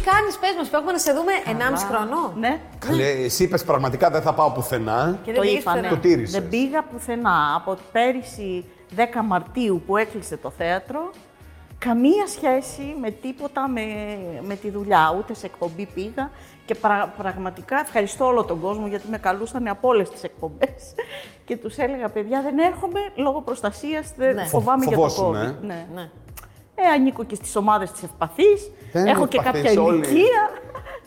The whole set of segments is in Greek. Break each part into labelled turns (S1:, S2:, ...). S1: μας που έχουμε να σε δούμε 1,5 χρόνο.
S2: Ναι.
S3: Καλέ, εσύ είπες πραγματικά δεν θα πάω πουθενά.
S1: Και δεν
S2: το
S1: πήγες
S2: είπανε.
S1: πουθενά.
S3: Το τήρησες.
S2: Δεν πήγα πουθενά. Από πέρυσι 10 Μαρτίου που έκλεισε το θέατρο, καμία σχέση με τίποτα με, με τη δουλειά. Ούτε σε εκπομπή πήγα και πρα- πραγματικά ευχαριστώ όλο τον κόσμο γιατί με καλούσαν από όλες τις εκπομπές. Και τους έλεγα, παιδιά, δεν έρχομαι λόγω προστασίας.
S1: Ναι.
S2: Φοβάμαι για το
S3: Φοβόσουν,
S2: COVID.
S3: ε.
S2: Ναι.
S1: Ναι.
S2: Ε, ανήκω και στις ομάδες της ευπαθής.
S3: Δεν
S2: Έχω και
S3: ευπαθείς
S2: κάποια
S3: όλοι.
S2: ηλικία.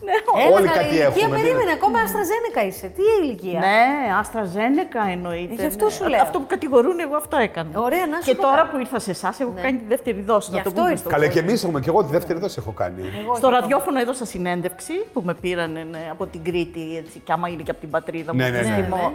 S2: Ναι,
S3: Όλοι
S1: Έλα,
S3: κάτι
S1: καλή ηλικία,
S3: έχουμε, τι
S1: περίμενε.
S3: είναι.
S1: Ακόμα Αστραζένεκα είσαι. Τι ηλικία.
S2: Ναι, Αστραζένεκα εννοείται.
S1: Γι' αυτό
S2: ναι.
S1: σου
S2: Α-
S1: λέω.
S2: Αυτό που κατηγορούν, εγώ αυτό έκανα.
S1: Ωραία, να σου
S2: Και
S1: πω
S2: τώρα
S1: κάτι.
S2: που ήρθα σε εσάς, έχω κάνει τη δεύτερη δόση.
S1: Γι'
S2: Να το
S1: αυτό
S2: πούμε
S1: ήρθα.
S2: στο
S3: Καλέ, και εμείς έχουμε. Και εγώ τη δεύτερη δόση έχω κάνει.
S1: Εγώ
S2: στο
S1: έχω το-
S2: ραδιόφωνο έδωσα συνέντευξη που με πήρανε ναι, από την Κρήτη, έτσι, και άμα είναι και από την πατρίδα μου,
S3: Ναι, ναι,
S2: στο
S3: ναι.
S2: θυμό.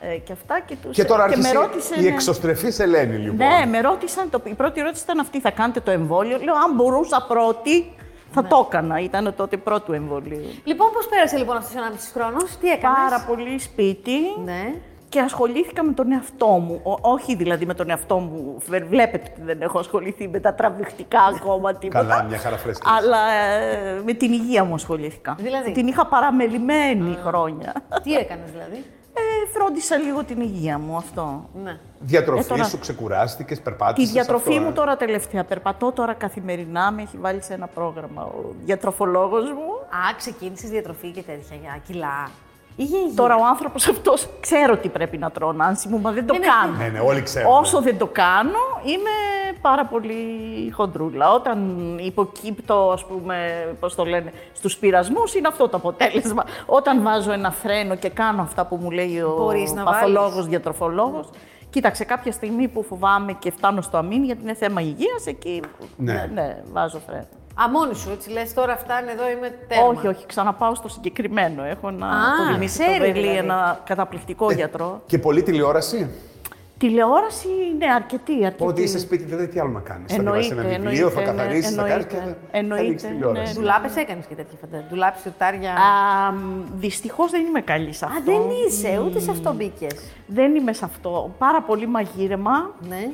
S2: Ε, και αυτά και τους...
S3: Και τώρα
S2: με
S3: άρχισε
S2: ρώτησε,
S3: η
S2: ναι.
S3: εξωστρεφή Ελένη, λοιπόν.
S2: Ναι, με ρώτησαν, το... η πρώτη ερώτηση ήταν αυτή, θα κάνετε το εμβόλιο. Λέω, αν μπορούσα πρώτη, θα
S1: Ναι.
S2: το έκανα. Ήταν τότε πρώτου εμβολίου.
S1: Λοιπόν, πώς πέρασε λοιπόν αυτού του 1,5 χρόνου, τι έκανες.
S2: Πάρα πολύ σπίτι.
S1: Ναι.
S2: Και ασχολήθηκα με τον εαυτό μου. Ο- όχι δηλαδή με τον εαυτό μου. Βε- Βλέπετε ότι δεν έχω ασχοληθεί με τα τραβηχτικά ακόμα τίποτα.
S3: Καλά, μια χαρά φρέσκες.
S2: Αλλά ε, με την υγεία μου ασχολήθηκα.
S1: Δηλαδή?
S2: Την είχα παραμελημένη χρόνια.
S1: Τι έκανες δηλαδή.
S2: Ε, φρόντισα λίγο την υγεία μου αυτό.
S1: Ναι.
S3: Διατροφή
S2: Ε, τώρα-
S3: σου, ξεκουράστηκες, περπάτησες.
S2: Τη διατροφή
S3: ε.
S2: μου τώρα τελευταία. Περπατώ τώρα καθημερινά. Με έχει βάλει σε ένα πρόγραμμα ο διατροφολόγος μου.
S1: Α, ξεκίνησες διατροφή και τέτοια για κιλά. Είχε υγεία.
S2: Τώρα ο άνθρωπος αυτός ξέρω τι πρέπει να τρώω, Νάνση μου, μα δεν το
S1: Ναι, ναι.
S2: κάνω.
S3: Ναι, ναι, όλοι ξέρουμε.
S2: Όσο δεν το κάνω, είμαι πάρα πολύ χοντρούλα. Όταν υποκύπτω, ας πούμε, πώς το λένε, στους πειρασμούς, είναι αυτό το αποτέλεσμα. Όταν βάζω ένα φρένο και κάνω αυτά που μου λέει ο
S1: Μπορείς να
S2: παθολόγος,
S1: βάλεις.
S2: διατροφολόγος, Κοίταξε, κάποια στιγμή που φοβάμαι και φτάνω στο αμήν, γιατί είναι θέμα υγείας, εκεί
S3: Ναι.
S2: ναι, ναι, βάζω φρένο.
S1: Α, μόνη σου, έτσι λες τώρα φτάνει εδώ, είμαι τέρμα.
S2: Όχι, όχι, ξαναπάω στο συγκεκριμένο. Έχω να
S1: Α,
S2: το θυμίσει το
S1: ξέρει
S2: Βελή,
S1: δηλαδή.
S2: ένα καταπληκτικό γιατρό.
S3: Και πολλή τηλεόραση.
S2: Τηλεόραση, ναι, αρκετή, αρκετή.
S3: Ότι είσαι σπίτι, δεν τι άλλο να κάνεις. Θα διαβάσει
S2: Εννοείται,
S3: ένα βιβλίο,
S2: εννοείται,
S3: θα
S2: ναι,
S3: καθαρίσει, θα κάνεις και
S2: εννοείται,
S3: θα
S2: εννοείται,
S3: ανοίξεις τηλεόραση.
S2: ναι.
S1: Ντουλάπες έκανες και τέτοια φαντάζομαι. Ντουλάπες, σιρτάρια. Α,
S2: Α, δυστυχώς δεν είμαι καλή σε αυτό.
S1: δεν είσαι, ούτε σε αυτό μπήκες.
S2: Δεν είμαι σε αυτό. Πάρα πολύ μαγείρεμα,
S1: Ναι.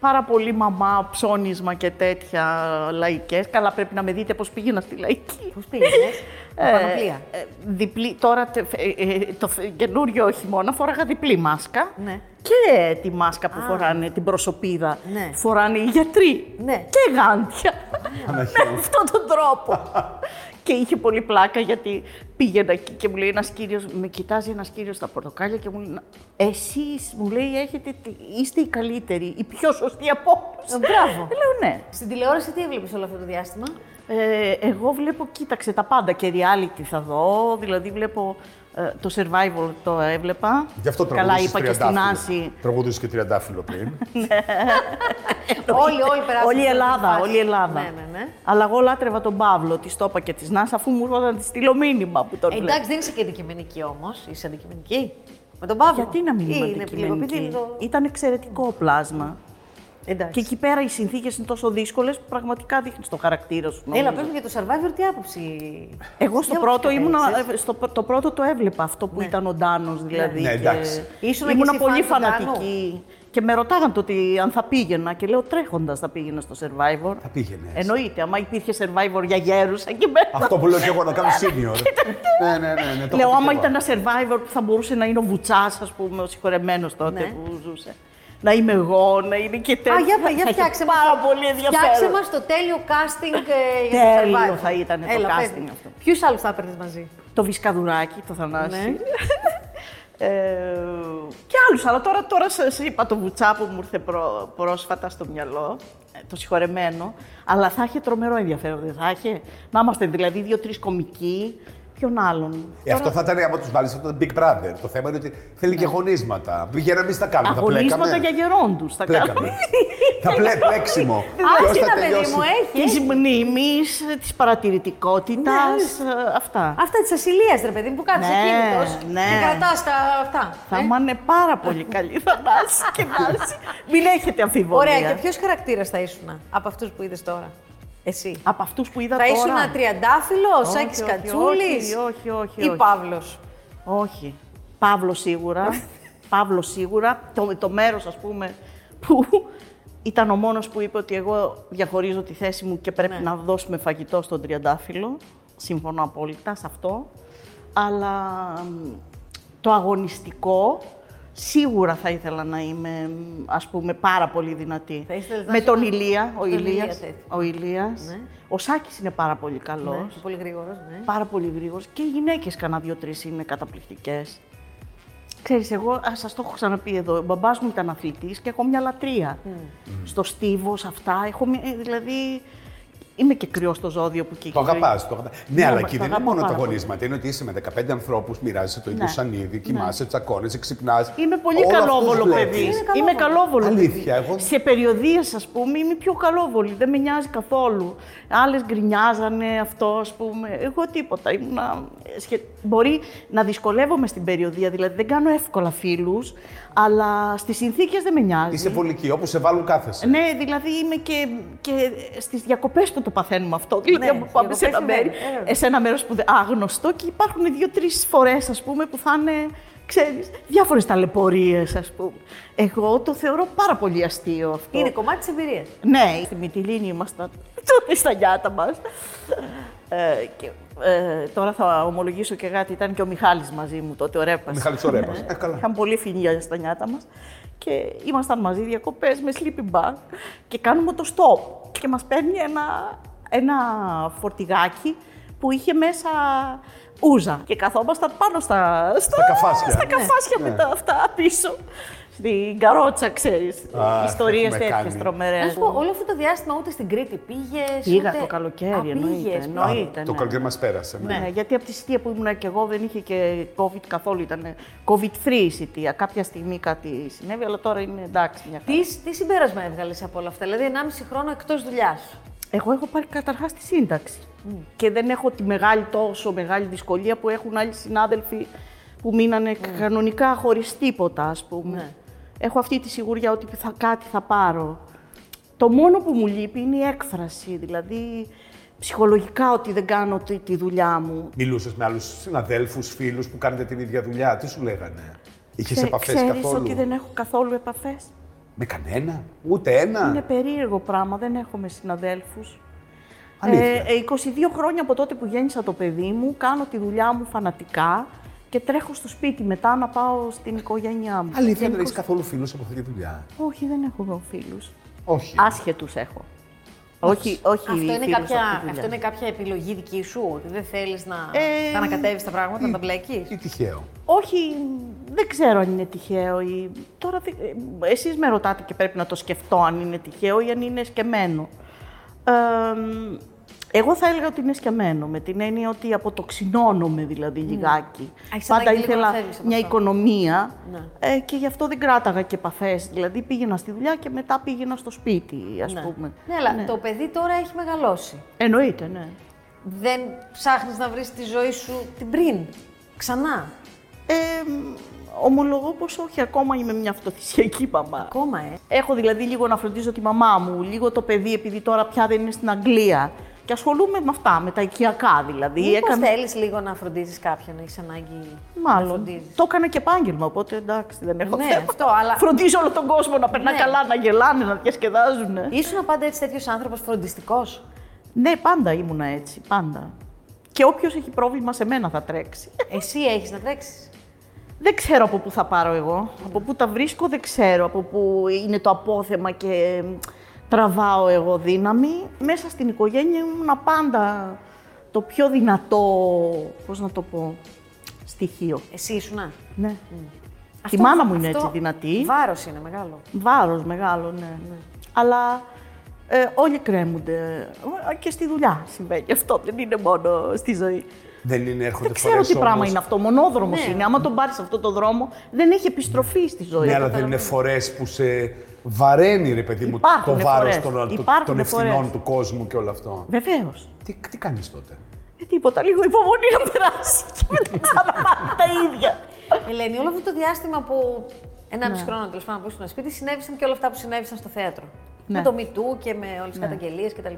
S2: πάρα πολύ μαμά, ψώνισμα και τέτοια λαϊκές. Καλά πρέπει να με δείτε πώς πήγαινα στη λαϊκή.
S1: Πώς πήγε. Πανοπλία.
S2: Ε, ε, διπλή, τώρα τε- ε, ε, το φε- καινούριο χειμώνα φόραγα διπλή μάσκα.
S1: Ναι.
S2: Και τη μάσκα που φοράνε, την προσωπίδα,
S1: Ναι.
S2: φοράνε οι γιατροί.
S1: Ναι.
S2: Και γάντια.
S3: Παναγία μου.
S2: με αυτόν τον τρόπο. και είχε πολύ πλάκα γιατί πήγαινα εκεί και μου λέει ένας κύριος, με κοιτάζει ένας κύριος στα πορτοκάλια και μου λέει: Εσείς, μου λέει, έχετε, τη- είστε οι καλύτεροι, η πιο σωστή απόφαση.
S1: Ε, μπράβο.
S2: Λέω ναι.
S1: Στην τηλεόραση τι έβλεπες όλο αυτό το διάστημα.
S2: Ε, εγώ βλέπω, κοίταξε τα πάντα και reality θα δω. Δηλαδή βλέπω ε, το survival το έβλεπα.
S3: Γι' αυτό
S2: Καλά
S3: τραγουδούσες
S2: είπα και στην
S3: τριαντάφυλλο.
S2: Άση.
S3: Τραγουδούσες και τριαντάφυλλο πριν.
S1: όλοι, όλοι περάσαμε.
S2: Όλη η Ελλάδα, όλη η Ελλάδα.
S1: Ναι, ναι, ναι.
S2: Αλλά εγώ λάτρευα τον Παύλο, τη το είπα και της Νάσα, αφού μου ήρθαν να τη στείλω μήνυμα που τον
S1: Ε,
S2: βλέπω.
S1: εντάξει, δεν είσαι και αντικειμενική όμως. Είσαι αντικειμενική. Με τον Παύλο.
S2: Γιατί να μην
S1: Ή
S2: είμαι
S1: είναι
S2: αντικειμενική. Ε,
S1: λίγο παιδί, λίγο-
S2: Ήταν εξαιρετικό πλάσμα. Και
S1: Εντάξει.
S2: εκεί πέρα οι συνθήκες είναι τόσο δύσκολες που πραγματικά δείχνει το χαρακτήρα σου. νομίζω.
S1: Έλα, πες μου για το survivor, τι άποψη.
S2: Εγώ στο
S1: Τι άποψη
S2: πρώτο ήμουνα,
S1: κατέληξες?
S2: ε, στο, πρω- το πρώτο το έβλεπα αυτό που ήταν ο Ντάνος δηλαδή.
S3: Ναι,
S2: και
S3: εντάξει.
S1: Ήσουνα και
S2: ήμουνα
S1: εσύ
S2: πολύ
S1: φαν του Ντάνου?
S2: φανατική. Και με ρωτάγαν το ότι αν θα πήγαινα και λέω τρέχοντας θα πήγαινα στο survivor.
S3: Θα πήγαινες.
S2: Εννοείται, άμα υπήρχε survivor για γέρους εκεί πέρα.
S3: Αυτό που λέω και εγώ να κάνω senior. ναι, ναι, ναι. ναι το
S2: Λέω,
S3: έχω
S2: άμα
S3: και εγώ.
S2: ήταν ένα survivor που θα μπορούσε να είναι ο Βουτσάς, ας πούμε, ο συγχωρεμένος τότε
S1: Ναι.
S2: που ζούσε. Να είμαι εγώ, να είναι και τέτοια.
S1: Α, για, πα- για
S2: Θα είχε
S1: φτιάξε μας
S2: Πάρα
S1: το-
S2: πολύ
S1: Φτιάξε
S2: ενδιαφέρον.
S1: μας το τέλειο casting ε, για το
S2: Τέλειο
S1: Survivor.
S2: θα ήταν το
S1: Έλα, πες
S2: casting
S1: μου.
S2: αυτό.
S1: Ποιους άλλους θα έπαιρνες μαζί.
S2: Το Βισκαδουράκι, το Θανάση.
S1: Ναι.
S2: ε, και άλλους, αλλά τώρα, τώρα σα είπα το βουτσά που μου ήρθε πρό- πρόσφατα στο μυαλό, ε, το συγχωρεμένο. Αλλά θα είχε τρομερό ενδιαφέρον, δεν θα είχε. Να είμαστε δηλαδή δύο-τρει κομικοί. Ποιον άλλον.
S3: Ε, αυτό θα ήταν άμα τους βάλεις αυτό το Big Brother. Το θέμα είναι ότι θέλει και γονίσματα. Πηγαίναμε εμεί τα κάνουμε. Τα
S2: Ναι. Αγωνίσματα
S3: πλέκαμε.
S2: για γερόντου. Θα κάνουμε.
S3: Πλέκαμε. θα πλέ, πλέξιμο.
S2: Ε,
S3: Ποιος
S1: Άρχινα,
S3: θα
S1: παιδί μου,
S3: τελειώσει.
S1: έχει.
S2: Τη μνήμης, της παρατηρητικότητας,
S1: Ναι,
S2: ε, αυτά.
S1: Αυτά της ασυλίας, ρε παιδί μου, που κάθεσαι
S2: Ναι,
S1: κίνητος
S2: ναι.
S1: και κρατάς τα αυτά.
S2: Θα
S1: ε.
S2: μου είναι πάρα πολύ καλή Θανάση και Νάση. Μην έχετε αμφιβολία.
S1: Ωραία, και ποιος χαρακτήρας θα ήσουν από αυτούς που είδες τώρα. Εσύ.
S2: Από αυτούς που είδα
S1: Θα
S2: τώρα.
S1: ήσουν τριαντάφυλλος, ο
S2: Όχι,
S1: Σάκης
S2: όχι,
S1: Κατσούλης
S2: όχι, όχι, όχι,
S1: ή
S2: όχι.
S1: Παύλος.
S2: Όχι. Παύλος σίγουρα. Παύλος σίγουρα. Το, το μέρος, ας πούμε, που ήταν
S1: Ναι.
S2: ο μόνος που είπε ότι εγώ διαχωρίζω τη θέση μου και πρέπει να δώσουμε φαγητό στον τριαντάφυλλο. Συμφωνώ απόλυτα σε αυτό. Αλλά μ, το αγωνιστικό σίγουρα θα ήθελα να είμαι, μ, ας πούμε, πάρα πολύ δυνατή.
S1: Θα ήθελες να
S2: Με
S1: είσαι-
S2: τον Ηλία, ο
S1: τον Ηλία
S2: Ηλίας,
S1: τέτοιο.
S2: ο Ηλίας.
S1: Ναι.
S2: Ο Σάκης είναι πάρα πολύ καλός.
S1: Ναι, πολύ γρήγορος, ναι.
S2: Πάρα πολύ γρήγορος. Και οι γυναίκες, κανένα δύο-τρει είναι καταπληκτικές. Ξέρεις, εγώ σας το έχω ξαναπεί εδώ. Ο μπαμπάς μου ήταν αθλητής και έχω μια λατρεία. Στο στίβο, σε αυτά. Έχω μια, ε, δηλαδή. Είμαι και κρυός στο ζώδιο που και
S3: Το
S2: εκεί-
S3: αγαπάς. Το... αγαπάς. Ναι,
S2: Ναι,
S3: αλλά
S2: το
S3: εκεί δεν είναι
S2: αγαπώ
S3: μόνο τα
S2: πάρα πολύ.
S3: αγωνίσματα. Είναι ότι είσαι με 15 ανθρώπους, μοιράζεσαι το ίδιο
S2: Ναι.
S3: σανίδι, κοιμάσαι, τσακώνεσαι, ξυπνάς.
S2: Είμαι πολύ καλόβολο παιδί.
S1: Είναι
S2: Είμαι καλόβολο. παιδί.
S3: Αλήθεια, εγώ-
S2: Σε περιοδίες, ας πούμε, είμαι πιο καλόβολη. Δεν με νοιάζει καθόλου. Άλλες γκρινιάζανε αυτό, ας πούμε. Εγώ τίποτα. Ήμουνα... ε, σχε- Μπορεί να δυσκολεύομαι στην περιοδία, δηλαδή δεν κάνω εύκολα φίλους, αλλά στις συνθήκες δεν με νοιάζει.
S3: Είσαι βολική, όπου σε βάλουν κάθεσαι.
S2: Ναι, δηλαδή είμαι και, και στις διακοπές που το παθαίνουμε αυτό. Δηλαδή,
S1: Ναι,
S2: όπου πάμε σε ένα,
S1: διακοπές
S2: μέρη,
S1: συμβαίνει, ε, βέβαια.
S2: ε, σε ένα μέρος που δεν- άγνωστο και υπάρχουν δύο-τρει φορές, ας πούμε, που θα είναι, ξέρεις, διάφορες ταλαιπωρίες, ας πούμε. Εγώ το θεωρώ πάρα πολύ αστείο αυτό.
S1: Είναι κομμάτι της εμπειρίας.
S2: Ναι, στη Μυτιλίνη ήμασταν τότε στα γιάτα μας. Ε, και, ε, τώρα θα ομολογήσω και κάτι, ήταν και ο Μιχάλης μαζί μου τότε, ο Ρέπας.
S3: Μιχάλης ο Ρέπας.
S2: Ναι.
S3: Ε, καλά.
S2: Είχαμε πολύ φιλία στα νιάτα μας και ήμασταν μαζί διακοπές με sleeping bag και κάνουμε το stop και μας παίρνει ένα, ένα φορτηγάκι που είχε μέσα ούζα και καθόμασταν πάνω στα,
S3: Στα καφάσια.
S2: στα καφάσια
S3: Ναι.
S2: με τα αυτά πίσω. Στην καρότσα, ξέρεις,
S3: Αχ,
S2: ιστορίες
S3: έχουμε
S2: τέτοιες
S3: κάνει.
S1: Να
S2: τρομερές.
S1: σου πω, όλο αυτό το διάστημα ούτε στην Κρήτη πήγες.
S2: Ε, Πήγα το καλοκαίρι, εννοείται, εννοείται.
S3: Α,
S2: ήταν,
S3: Το
S2: ναι.
S3: καλοκαίρι μας πέρασε. ναι.
S2: Ναι. γιατί από τη θητεία που ήμουν και εγώ δεν είχε και COVID καθόλου. Ήταν COVID-free η θητεία. Κάποια στιγμή κάτι συνέβη, αλλά τώρα είναι εντάξει. Μια χαρά.
S1: Τι, τι συμπέρασμα έβγαλες από όλα αυτά, Δηλαδή 1,5 χρόνο εκτός δουλειάς.
S2: Εγώ έχω πάρει καταρχάς τη σύνταξη. Και δεν έχω τη μεγάλη, τόσο μεγάλη δυσκολία που έχουν άλλοι συνάδελφοι που μείνανε κανονικά χωρίς τίποτα, ας πούμε. Έχω αυτή τη σιγουριά ότι θα, κάτι θα πάρω. Το μόνο που μου λείπει είναι η έκφραση. Δηλαδή, ψυχολογικά ότι δεν κάνω τη, τη δουλειά μου.
S3: Μιλούσες με άλλους συναδέλφους, φίλους που κάνετε την ίδια δουλειά. Τι σου λέγανε. Είχες
S2: Ξέ-
S3: επαφές
S2: ξέρεις
S3: καθόλου.
S2: ότι δεν έχω καθόλου επαφές.
S3: Με κανένα, ούτε ένα.
S2: Είναι περίεργο πράγμα, δεν έχουμε συναδέλφους. Ε,
S3: Αλήθεια.
S2: 22 χρόνια από τότε που γέννησα το παιδί μου, κάνω τη δουλειά μου φανατικά και τρέχω στο σπίτι μετά να πάω στην οικογένειά μου.
S3: Αλήθεια, δεν
S2: Γενικώς-
S3: έχεις καθόλου φίλους από αυτή τη δουλειά.
S2: Όχι, δεν έχω εγώ φίλους.
S3: Όχι.
S2: Άσχετους έχω. Όχι, όχι
S1: Αυτό είναι,
S2: φίλους
S1: κάποια,
S2: από τη δουλειά.
S1: αυτό είναι κάποια επιλογή δική σου, ότι δεν θέλεις να
S2: Ε,
S1: τα ανακατεύεις τα πράγματα, να τα μπλέκεις.
S3: Ή τυχαίο.
S2: Όχι, δεν ξέρω αν είναι τυχαίο ή... Τώρα δεν- ε, εσείς με ρωτάτε και πρέπει να το σκεφτώ αν είναι τυχαίο ή αν είναι σκεμμένο. Ε, εγώ θα έλεγα ότι είναι σκεμμένο, με την έννοια ότι αποτοξινώνομαι δηλαδή λιγάκι.
S1: Α, έχεις
S2: Πάντα
S1: ανάγκη λίγο
S2: ήθελα
S1: να φεύγεις από
S2: μια
S1: αυτό.
S2: οικονομία
S1: Ναι.
S2: ε, και γι' αυτό δεν κράταγα και επαφές. Δηλαδή πήγαινα στη δουλειά και μετά πήγαινα στο σπίτι, ας πούμε.
S1: Ναι, αλλά το παιδί τώρα έχει μεγαλώσει.
S2: Εννοείται, ναι.
S1: Δεν ψάχνεις να βρεις τη ζωή σου την πριν. Ξανά.
S2: Ε, μ, ομολογώ πως όχι, ακόμα είμαι μια αυτοθυσιακή μαμά.
S1: Ακόμα, ε.
S2: Έχω δηλαδή λίγο να φροντίζω τη μαμά μου, λίγο το παιδί επειδή τώρα πια δεν είναι στην Αγγλία. Και ασχολούμαι με αυτά, με τα οικιακά δηλαδή.
S1: Μήπως θέλεις λίγο να φροντίζεις κάποιον, έχεις ανάγκη να
S2: Μάλλον.
S1: φροντίζεις.
S2: Το έκανα και επάγγελμα, οπότε εντάξει, δεν έχω
S1: Ναι,
S2: θέμα.
S1: αυτό, αλλά-
S2: Φροντίζω όλο τον κόσμο να περνά
S1: Ναι.
S2: καλά, να γελάνε, να διασκεδάζουν.
S1: Ήσουν πάντα έτσι τέτοιος άνθρωπος φροντιστικός.
S2: Ναι, πάντα ήμουνα έτσι, πάντα. Και όποιος έχει πρόβλημα σε μένα θα τρέξει.
S1: Εσύ έχεις να τρέξεις.
S2: Δεν ξέρω από πού θα πάρω εγώ. Από πού τα βρίσκω δεν ξέρω. Από πού είναι το απόθεμα και μ, τραβάω εγώ δύναμη. Μέσα στην οικογένεια ήμουν πάντα το πιο δυνατό, πώς να το πω, στοιχείο.
S1: Εσύ ήσουνα.
S2: Ναι.
S1: Αυτό-
S2: Η μάνα μου είναι
S1: αυτό
S2: έτσι δυνατή.
S1: Βάρος είναι μεγάλο.
S2: Βάρος μεγάλο, ναι. ναι. Αλλά ε, όλοι κρέμονται. Ε, Και στη δουλειά συμβαίνει αυτό, δεν είναι μόνο στη ζωή.
S3: Δεν είναι έρχονται
S2: Δεν ξέρω τι πράγμα είναι αυτό. Μονόδρομος
S1: Ναι.
S2: είναι. Άμα τον πάρεις αυτό το δρόμο, δεν έχει επιστροφή στη ζωή.
S3: Ναι, αλλά δεν είναι φορές που σε βαραίνει, ρε παιδί μου,
S2: Υπάρχουνε
S3: το βάρος
S2: φορές.
S3: των, των
S2: Υπάρχουνε
S3: ευθυνών
S2: φορές.
S3: του κόσμου και όλο αυτό.
S2: Βεβαίως.
S3: Τι, τι κάνεις τότε.
S2: Ε, τίποτα. Λίγο υπομονή να περάσει και μετά ξαναπάνε τα ίδια.
S1: Ελένη, όλο αυτό το διάστημα που ενάμιση χρόνο τέλος πάντων που ήσουν σπίτι, συνέβησαν και όλα αυτά που συνέβησαν στο θέατρο.
S2: Ναι.
S1: Με το μητού και με όλε τι καταγγελίε κτλ.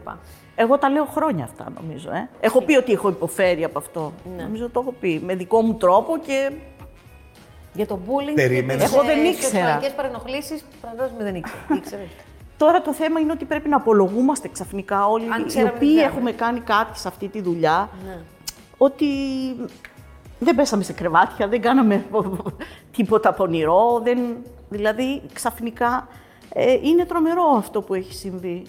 S2: Εγώ τα λέω χρόνια αυτά, νομίζω. Ε. Έχω πει ότι έχω υποφέρει από αυτό.
S1: Ναι.
S2: Νομίζω το έχω πει. Με δικό μου τρόπο και.
S1: Για το bullying. ε,
S3: Περίμενες.
S2: Εγώ δεν ήξερα.
S1: παρενοχλήσεις, φαντάζομαι δεν ήξερα. Ήξερες.
S2: Το Τώρα το θέμα είναι ότι πρέπει να απολογούμαστε ξαφνικά όλοι
S1: Αν
S2: οι
S1: ξέραμε τι
S2: οποίοι
S1: κάναμε.
S2: έχουμε κάνει κάτι σε αυτή τη δουλειά.
S1: Ναι.
S2: Ότι δεν πέσαμε σε κρεβάτια, δεν κάναμε τίποτα πονηρό. Δεν... Δηλαδή ξαφνικά ε, είναι τρομερό αυτό που έχει συμβεί.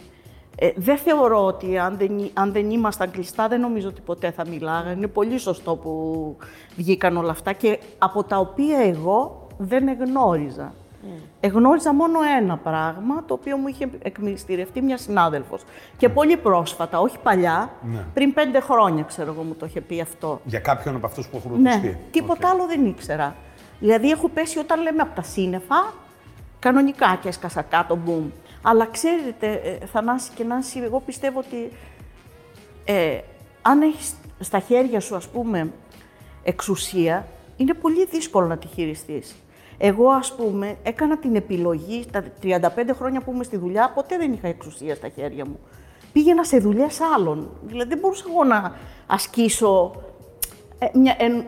S2: Ε, δεν θεωρώ ότι αν δεν, ή- αν δεν ήμασταν κλειστά, δεν νομίζω ότι ποτέ θα μιλάγα. Είναι πολύ σωστό που βγήκαν όλα αυτά και από τα οποία εγώ δεν εγνώριζα. Εγνώριζα μόνο ένα πράγμα, το οποίο μου είχε εκμυστηρευτεί μια συνάδελφος. Και πολύ πρόσφατα, όχι παλιά, πριν πέντε χρόνια, ξέρω εγώ, μου το είχε πει αυτό.
S3: Για κάποιον από αυτούς που έχουν
S2: Ναι,
S3: ρωτήσει.
S2: τίποτα άλλο δεν ήξερα. Δηλαδή, έχω πέσει όταν λέμε από τα σύννεφα, κανονικά και έσκασα κάτω, μπουμ. Αλλά ξέρετε, ε, Θανάση και Νάση, εγώ πιστεύω ότι ε, αν έχεις στα χέρια σου, ας πούμε, εξουσία, είναι πολύ δύσκολο να τη χειριστείς. Εγώ, ας πούμε, έκανα την επιλογή, τα 35 χρόνια που είμαι στη δουλειά, ποτέ δεν είχα εξουσία στα χέρια μου. Πήγαινα σε δουλειέ άλλων. Δηλαδή, δεν μπορούσα εγώ να ασκήσω ε, μια, εν,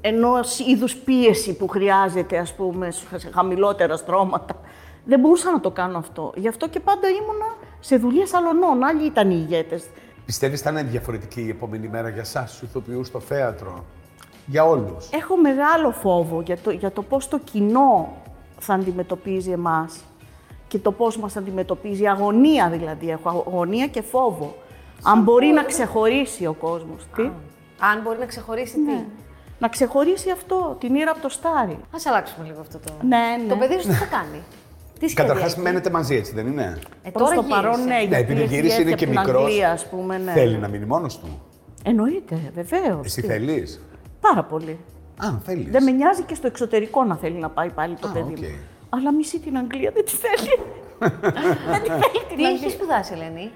S2: ενός είδους πίεση που χρειάζεται, ας πούμε, σε χαμηλότερα στρώματα. Δεν μπορούσα να το κάνω αυτό. Γι' αυτό και πάντα ήμουνα σε δουλειέ αλλωνών. Άλλοι ήταν οι ηγέτες.
S3: Πιστεύεις θα είναι διαφορετική η επόμενη μέρα για εσάς, τους ηθοποιούς, στο θέατρο. Για όλους.
S2: Έχω μεγάλο φόβο για το, για το πώς το κοινό θα αντιμετωπίζει εμάς και το πώς μας αντιμετωπίζει, αγωνία δηλαδή, έχω αγωνία και φόβο. Αν μπορεί να ξεχωρίσει ο κόσμος, τι,
S1: Αν μπορεί να ξεχωρίσει
S2: Ναι.
S1: τι.
S2: να ξεχωρίσει αυτό, την ήρα από το στάρι.
S1: Ας αλλάξουμε λίγο αυτό το.
S2: Ναι, ναι.
S1: Το παιδί σου τι θα κάνει. τι σχέδια
S3: Καταρχάς,
S1: έχει?
S3: μένετε μαζί, έτσι δεν είναι.
S1: Ε,
S2: Προς
S1: τώρα
S2: το
S1: γύρισε.
S2: παρόν, ναι, γιατί
S3: επειδή
S2: έχει
S3: γύρισε
S2: έρθει
S3: είναι
S2: από
S3: και
S2: την
S3: μικρός,
S2: Αγγλία, ας πούμε, ναι.
S3: Θέλει να μείνει μόνος του.
S2: Εννοείται, βεβαίως.
S3: Εσύ θέλεις.
S2: Πάρα πολύ.
S3: Αν θέλεις.
S2: Δεν με νοιάζει και στο εξωτερικό να θέλει να πάει πάλι το
S3: Α,
S2: παιδί
S3: οκ.
S2: μου. Αλλά μισεί την Αγγλία, δεν τη θέλει. δεν τη θέλει την
S1: Τι
S2: Αγγλία.
S1: έχεις σπουδάσει, Ελένη.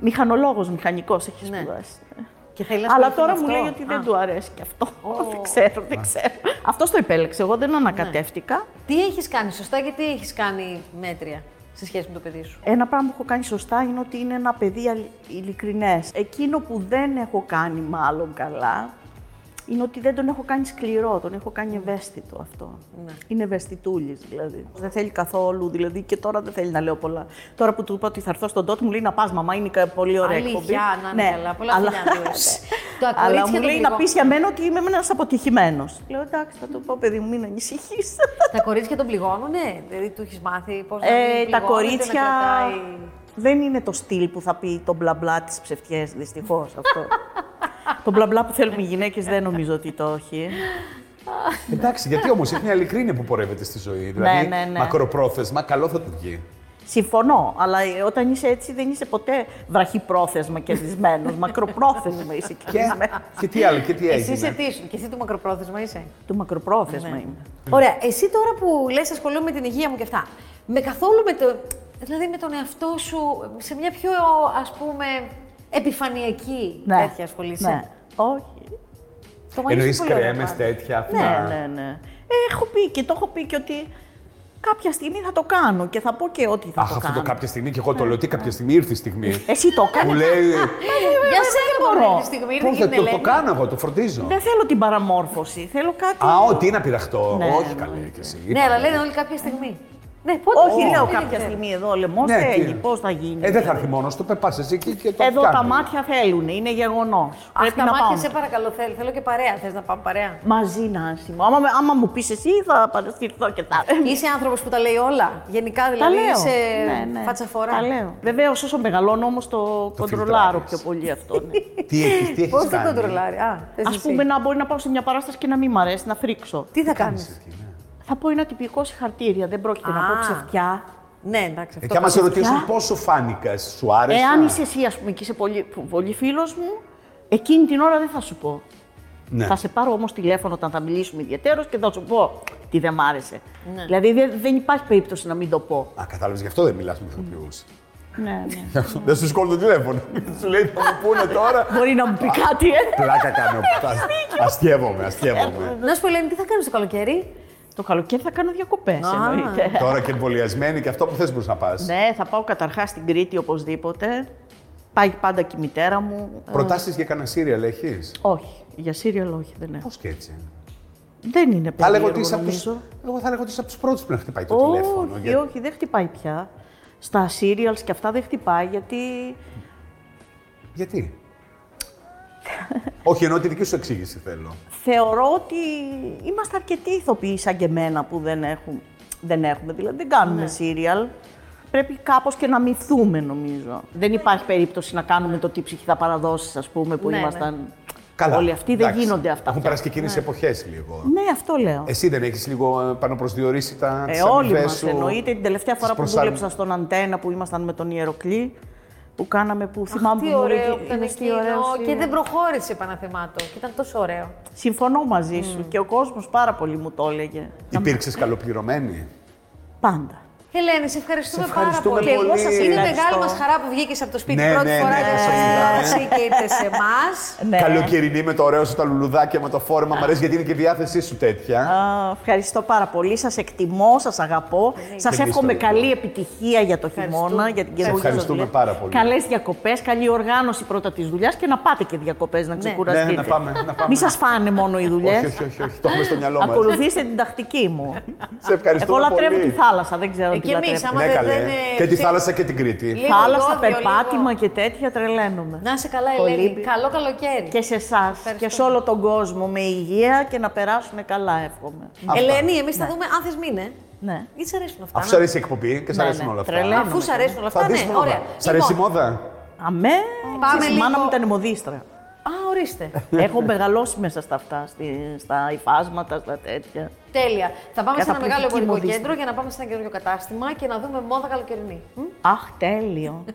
S2: Μηχανολόγος, μηχανικός έχει
S1: Ναι.
S2: σπουδάσει.
S1: Και θέλει να
S2: Αλλά
S1: ασχοληθεί
S2: τώρα
S1: με
S2: μου
S1: αυτό.
S2: λέει ότι
S1: Α.
S2: δεν του αρέσει και αυτό. δεν ξέρω, δεν ξέρω. Αυτό το επέλεξε. Εγώ
S1: Ναι.
S2: δεν ανακατεύτηκα.
S1: Τι έχεις κάνει σωστά και τι έχεις κάνει μέτρια σε σχέση με το παιδί σου.
S2: Ένα πράγμα που έχω κάνει σωστά είναι ότι είναι ένα παιδί αλ- ειλικρινές. Εκείνο που δεν έχω κάνει μάλλον καλά είναι ότι δεν τον έχω κάνει σκληρό, τον έχω κάνει ευαίσθητο αυτό. Είναι ευαισθητούλης δηλαδή. Ναι. Δεν θέλει καθόλου, δηλαδή και τώρα δεν θέλει να λέω πολλά. Τώρα που του είπα ότι θα έρθω στον τότε μου λέει να πας μαμά, είναι κα- πολύ ωραία εκπομπή. Ναι,
S1: Αλήθεια, να είναι καλά. Πολλά φιλιά να δώσεις. Το
S2: Αλλά
S1: ακολούθησε
S2: μου
S1: το
S2: λέει
S1: γλυκό.
S2: να πεις για μένα ότι είμαι ένας αποτυχημένος. Λέω εντάξει θα το πω παιδί μου, μην ανησυχείς.
S1: τα κορίτσια τον πληγώνουνε, δηλαδή του έχεις μάθει πώς να
S2: Ε,
S1: μην
S2: τα
S1: πληγώνεται,
S2: κορίτσια
S1: Να κρατάει...
S2: δεν είναι το στυλ που θα πει το μπλα μπλα τη ψευτιές, δυστυχώς αυτό. το μπλα μπλα που θέλουν οι γυναίκες δεν νομίζω ότι το έχει.
S3: Εντάξει, γιατί όμως έχει μια ειλικρίνεια που πορεύεται στη ζωή. Δηλαδή,
S2: ναι, ναι.
S3: μακροπρόθεσμα, καλό θα του βγει.
S2: Συμφωνώ, αλλά ε, όταν είσαι έτσι δεν είσαι ποτέ βραχυπρόθεσμα κερδισμένο. μακροπρόθεσμα είσαι
S3: Και,
S2: κερδισμένο.
S3: και τι άλλο, και τι
S1: Εσύ
S3: έγινε.
S1: είσαι τι σου, και εσύ του μακροπρόθεσμα είσαι.
S2: το μακροπρόθεσμα είμαι.
S1: Ωραία, εσύ τώρα που λες ασχολούμαι με την υγεία μου και αυτά, με καθόλου με το... Δηλαδή με τον εαυτό σου σε μια πιο, ας πούμε, επιφανειακή
S2: Ναι.
S1: τέτοια ασχολείσαι.
S2: Ναι. Όχι.
S1: Το μαγείρεμα
S3: Εννοείς
S1: πολύ ωραία
S3: κρέμες,
S1: πράγματα.
S3: τέτοια. αυτά.
S2: Ναι, ναι, ναι. Έχω πει και το έχω πει και ότι κάποια στιγμή θα το κάνω και θα πω και ότι θα
S3: Αχ,
S2: το
S3: αυτό
S2: κάνω. Ναι.
S3: το κάποια στιγμή και εγώ το λέω. Τι κάποια στιγμή ήρθε η στιγμή.
S2: Εσύ το
S3: που
S2: έκανες.
S3: λέει.
S1: Για σένα
S2: μπορώ.
S1: μπορεί τη στιγμή, ήρθε
S3: Πώς
S1: και
S3: θα
S1: την
S3: το, το
S1: Ελένη.
S3: κάνω εγώ, το φροντίζω.
S2: Δεν θέλω την παραμόρφωση. Θέλω κάτι.
S3: Α, ό,τι είναι απειραχτό.
S2: Ναι,
S3: Όχι
S2: ναι,
S3: καλή και εσύ.
S1: Ναι, αλλά λένε όλοι κάποια στιγμή. Ναι, πότε.
S2: Όχι,
S1: δεν
S2: λέω
S1: ξέρω.
S2: κάποια στιγμή εδώ λαιμό
S3: Ναι, τι
S2: θέλει.
S3: είναι.
S2: Πώς θα γίνει.
S3: Ε, δεν θα έρθει μόνος του, πεπά εσύ και, και το
S2: Εδώ τα
S3: φτιάχνουμε.
S2: μάτια θέλουν, είναι γεγονός.
S1: Αχ,
S2: Πρέπει
S1: τα
S2: να
S1: μάτια
S2: πάμε.
S1: σε παρακαλώ, θέλω, θέλω και παρέα. Θες να πάμε παρέα.
S2: Μαζί να άσημο. Άμα, με- άμα μου πεις εσύ, θα παρασυρθώ και θα.
S1: Είσαι άνθρωπος που τα λέει όλα. Γενικά
S2: Τα
S1: Ε, δηλαδή
S2: λέω.
S1: είσαι
S2: Ναι, ναι.
S1: φατσαφορά.
S2: Τα λέω. Βεβαίω, όσο μεγαλώνω όμως το, κοντρολάρω
S3: φιλτράρεις.
S2: πιο πολύ αυτό. Ναι.
S3: Τι έχεις, τι
S1: Πώς
S3: έχει
S1: το
S3: κάνει.
S1: κοντρολάρει. Α, θες
S2: Ας
S1: εσύ.
S2: πούμε, να μπορεί να πάω σε μια παράσταση και να μην μ' αρέσει, να φρίξω.
S1: Τι θα κάνεις.
S3: Εκεί, ναι.
S2: Θα πω ένα τυπικό συγχαρτήρια. Δεν πρόκειται να πω
S1: Α.
S2: ψευτιά.
S1: Ναι, εντάξει. αυτό
S3: Ε, και άμα
S1: το-
S3: σε ρωτήσουν
S2: παιδιά.
S3: πώ σου φάνηκας, σου άρεσε.
S2: Εάν είσαι εσύ, ας πούμε, και είσαι πολύ, πολύ φίλος μου, εκείνη την ώρα δεν θα σου πω.
S3: Ναι.
S2: Θα σε πάρω όμως τηλέφωνο όταν θα μιλήσουμε ιδιαίτερω και θα σου πω τι δεν μ' άρεσε. Δηλαδή δεν, δεν υπάρχει περίπτωση να μην το πω.
S3: Α, κατάλαβες γι' αυτό δεν μιλάς με ηθοποιού.
S2: Ναι, ναι.
S3: Δεν σου σκόλω το τηλέφωνο. Σου λέει θα μου πούνε τώρα.
S2: Μπορεί να μου πει κάτι, ε.
S3: Πλάκα κάνω. Αστιεύομαι, αστιεύομαι.
S1: Να σου πω, Ελένη, τι θα κάνεις το καλοκαίρι.
S2: Το καλοκαίρι θα κάνω διακοπές,
S1: Α.
S2: εννοείται.
S3: Τώρα και εμβολιασμένη και αυτό που θες μπορείς να πας.
S2: Ναι, θα πάω καταρχάς στην Κρήτη οπωσδήποτε. Πάει πάντα και η μητέρα μου. Ε,
S3: Προτάσεις για κανένα σύριαλ έχεις.
S2: όχι, για σύριαλ όχι δεν έχω.
S3: Πώς και έτσι.
S2: Δεν είναι
S3: Θα
S2: περίεργο
S3: έλεγα ότι είσαι από τους-
S2: νομίζω.
S3: Εγώ θα έλεγα ότι είσαι από τους πρώτους που να χτυπάει το
S2: Όχι,
S3: τηλέφωνο. γιατί-
S2: όχι, δεν χτυπάει πια. στα serials και αυτά δεν χτυπάει, γιατί
S3: Γιατί. Όχι, εννοώ τη δική σου εξήγηση θέλω.
S2: θεωρώ ότι είμαστε αρκετοί ηθοποιοί σαν και εμένα που δεν έχουμε. Δεν έχουμε, δηλαδή δεν
S1: Ναι.
S2: κάνουμε σύριαλ. Πρέπει κάπως και να μυθούμε, νομίζω. Δεν υπάρχει περίπτωση να κάνουμε το τι ψυχή θα παραδώσεις, ας πούμε, που
S1: Ναι, ναι.
S2: ήμασταν. Όλοι αυτοί δεν
S3: εντάξει.
S2: γίνονται αυτά.
S3: Έχουν περάσει και εκείνες οι εποχές λίγο.
S2: Ναι, αυτό λέω.
S3: Εσύ δεν έχεις λίγο ε, πανοπροσδιορίσει τα
S2: Ε,
S3: τις
S2: όλοι
S3: αμοιβές
S2: μας
S3: σου,
S2: εννοείται. Την τελευταία
S3: τις
S2: φορά που
S3: προσαρμ-
S2: δούλεψα στον Αντένα που ήμασταν με τον Ιεροκλή, που κάναμε που θυμάμαι
S1: τι
S2: που μου έλεγε,
S1: ωραίο που ήταν
S2: «Είδες τι ωραίο
S1: εκείνο και
S2: είναι».
S1: δεν προχώρησε επάνω θεμάτο. Και ήταν τόσο ωραίο.
S2: Συμφωνώ μαζί σου
S1: Mm.
S2: και ο κόσμος πάρα πολύ μου το έλεγε.
S3: Υπήρξες καλοπληρωμένη.
S2: Πάντα.
S1: Ελένη, σε ευχαριστούμε,
S3: Σε ευχαριστούμε
S1: πάρα πολύ.
S3: πολύ.
S1: Εγώ σας είναι
S2: Ευχαριστώ.
S1: μεγάλη μας χαρά που βγήκες από το σπίτι
S3: Ναι,
S1: πρώτη
S3: ναι,
S1: φορά
S3: ναι,
S1: για
S3: ναι,
S1: στην
S3: ναι.
S1: τηλεόραση και ήρθες σε εμάς.
S2: Ναι.
S3: Καλοκαιρινή με το ωραίο σου, τα λουλουδάκια με το φόρμα. Μ' αρέσει γιατί είναι και η διάθεσή σου τέτοια.
S2: Α, ευχαριστώ πάρα πολύ. Σας εκτιμώ, σας αγαπώ. Σας
S3: Και εμείς
S2: εύχομαι
S3: το ίδιο.
S2: καλή επιτυχία για το χειμώνα,
S1: Ευχαριστούμε.
S2: για την
S3: Σε
S2: καινούργια
S3: ευχαριστούμε πάρα πολύ.
S2: Καλές διακοπές, καλή οργάνωση πρώτα της δουλειάς και να πάτε και διακοπές να ξεκουραστείτε.
S3: Ναι, να πάμε. Να πάμε.
S2: Μην σας φάνε μόνο οι δουλειές.
S3: όχι, όχι, όχι, όχι, το έχουμε στο μυαλό μας.
S2: Ακολουθήστε την τακτική μου.
S3: Σε
S2: Εγώ
S3: ευχαριστούμε
S2: λατρεύω
S3: πολύ.
S2: τη θάλασσα, δεν ξέρω
S1: Ε,
S2: τι
S1: και εμείς,
S2: λατρεύω.
S1: άμα
S3: Ναι,
S1: δεν-
S3: καλέ.
S1: δεν, ε,
S3: Και τη
S1: ξέρεις-
S3: θάλασσα και την Κρήτη.
S1: Λίγο
S2: Θάλασσα,
S1: δόντιο,
S2: περπάτημα
S1: λίγο.
S2: και τέτοια τρελαίνομαι.
S1: Να είσαι καλά,
S2: Πολύ
S1: Ελένη.
S2: μπι-
S1: Καλό καλοκαίρι.
S2: Και σε εσάς και σε όλο τον κόσμο με υγεία και να περάσουν καλά, εύχομαι.
S1: Ελένη, εμείς θα δούμε αν θες μείνε.
S2: Ναι.
S1: Ή σ' αρέσουν αυτά.
S3: Αφού
S1: να-
S3: σου αρέσει η εκπομπή και σ'
S2: Ναι,
S3: αρέσουν
S2: ναι,
S3: όλα αυτά.
S2: τρελαίνω.
S1: Αφού σ' αρέσουν όλα
S3: Θα
S1: αυτά,
S3: δεις
S1: ναι,
S3: μόδα.
S1: ωραία.
S3: Σ' αρέσει η
S1: Λοιπόν,
S3: μodα.
S2: Αμέ,
S1: Πάμε
S2: Ξέρεις, η μάνα
S1: λίγο.
S2: μου ήταν μοδίστρα.
S1: Α, ορίστε.
S2: Έχω μεγαλώσει μέσα στα αυτά, στη- στα υφάσματα, στα τέτοια.
S1: Τέλεια. Θα πάμε σε ένα
S2: Καταπληκτική
S1: μεγάλο εμπορικό
S2: μοδίστρια.
S1: κέντρο για να πάμε σε ένα καινούριο κατάστημα και να δούμε μόδα καλοκαιρινή. Μ?
S2: Αχ, τέλειο.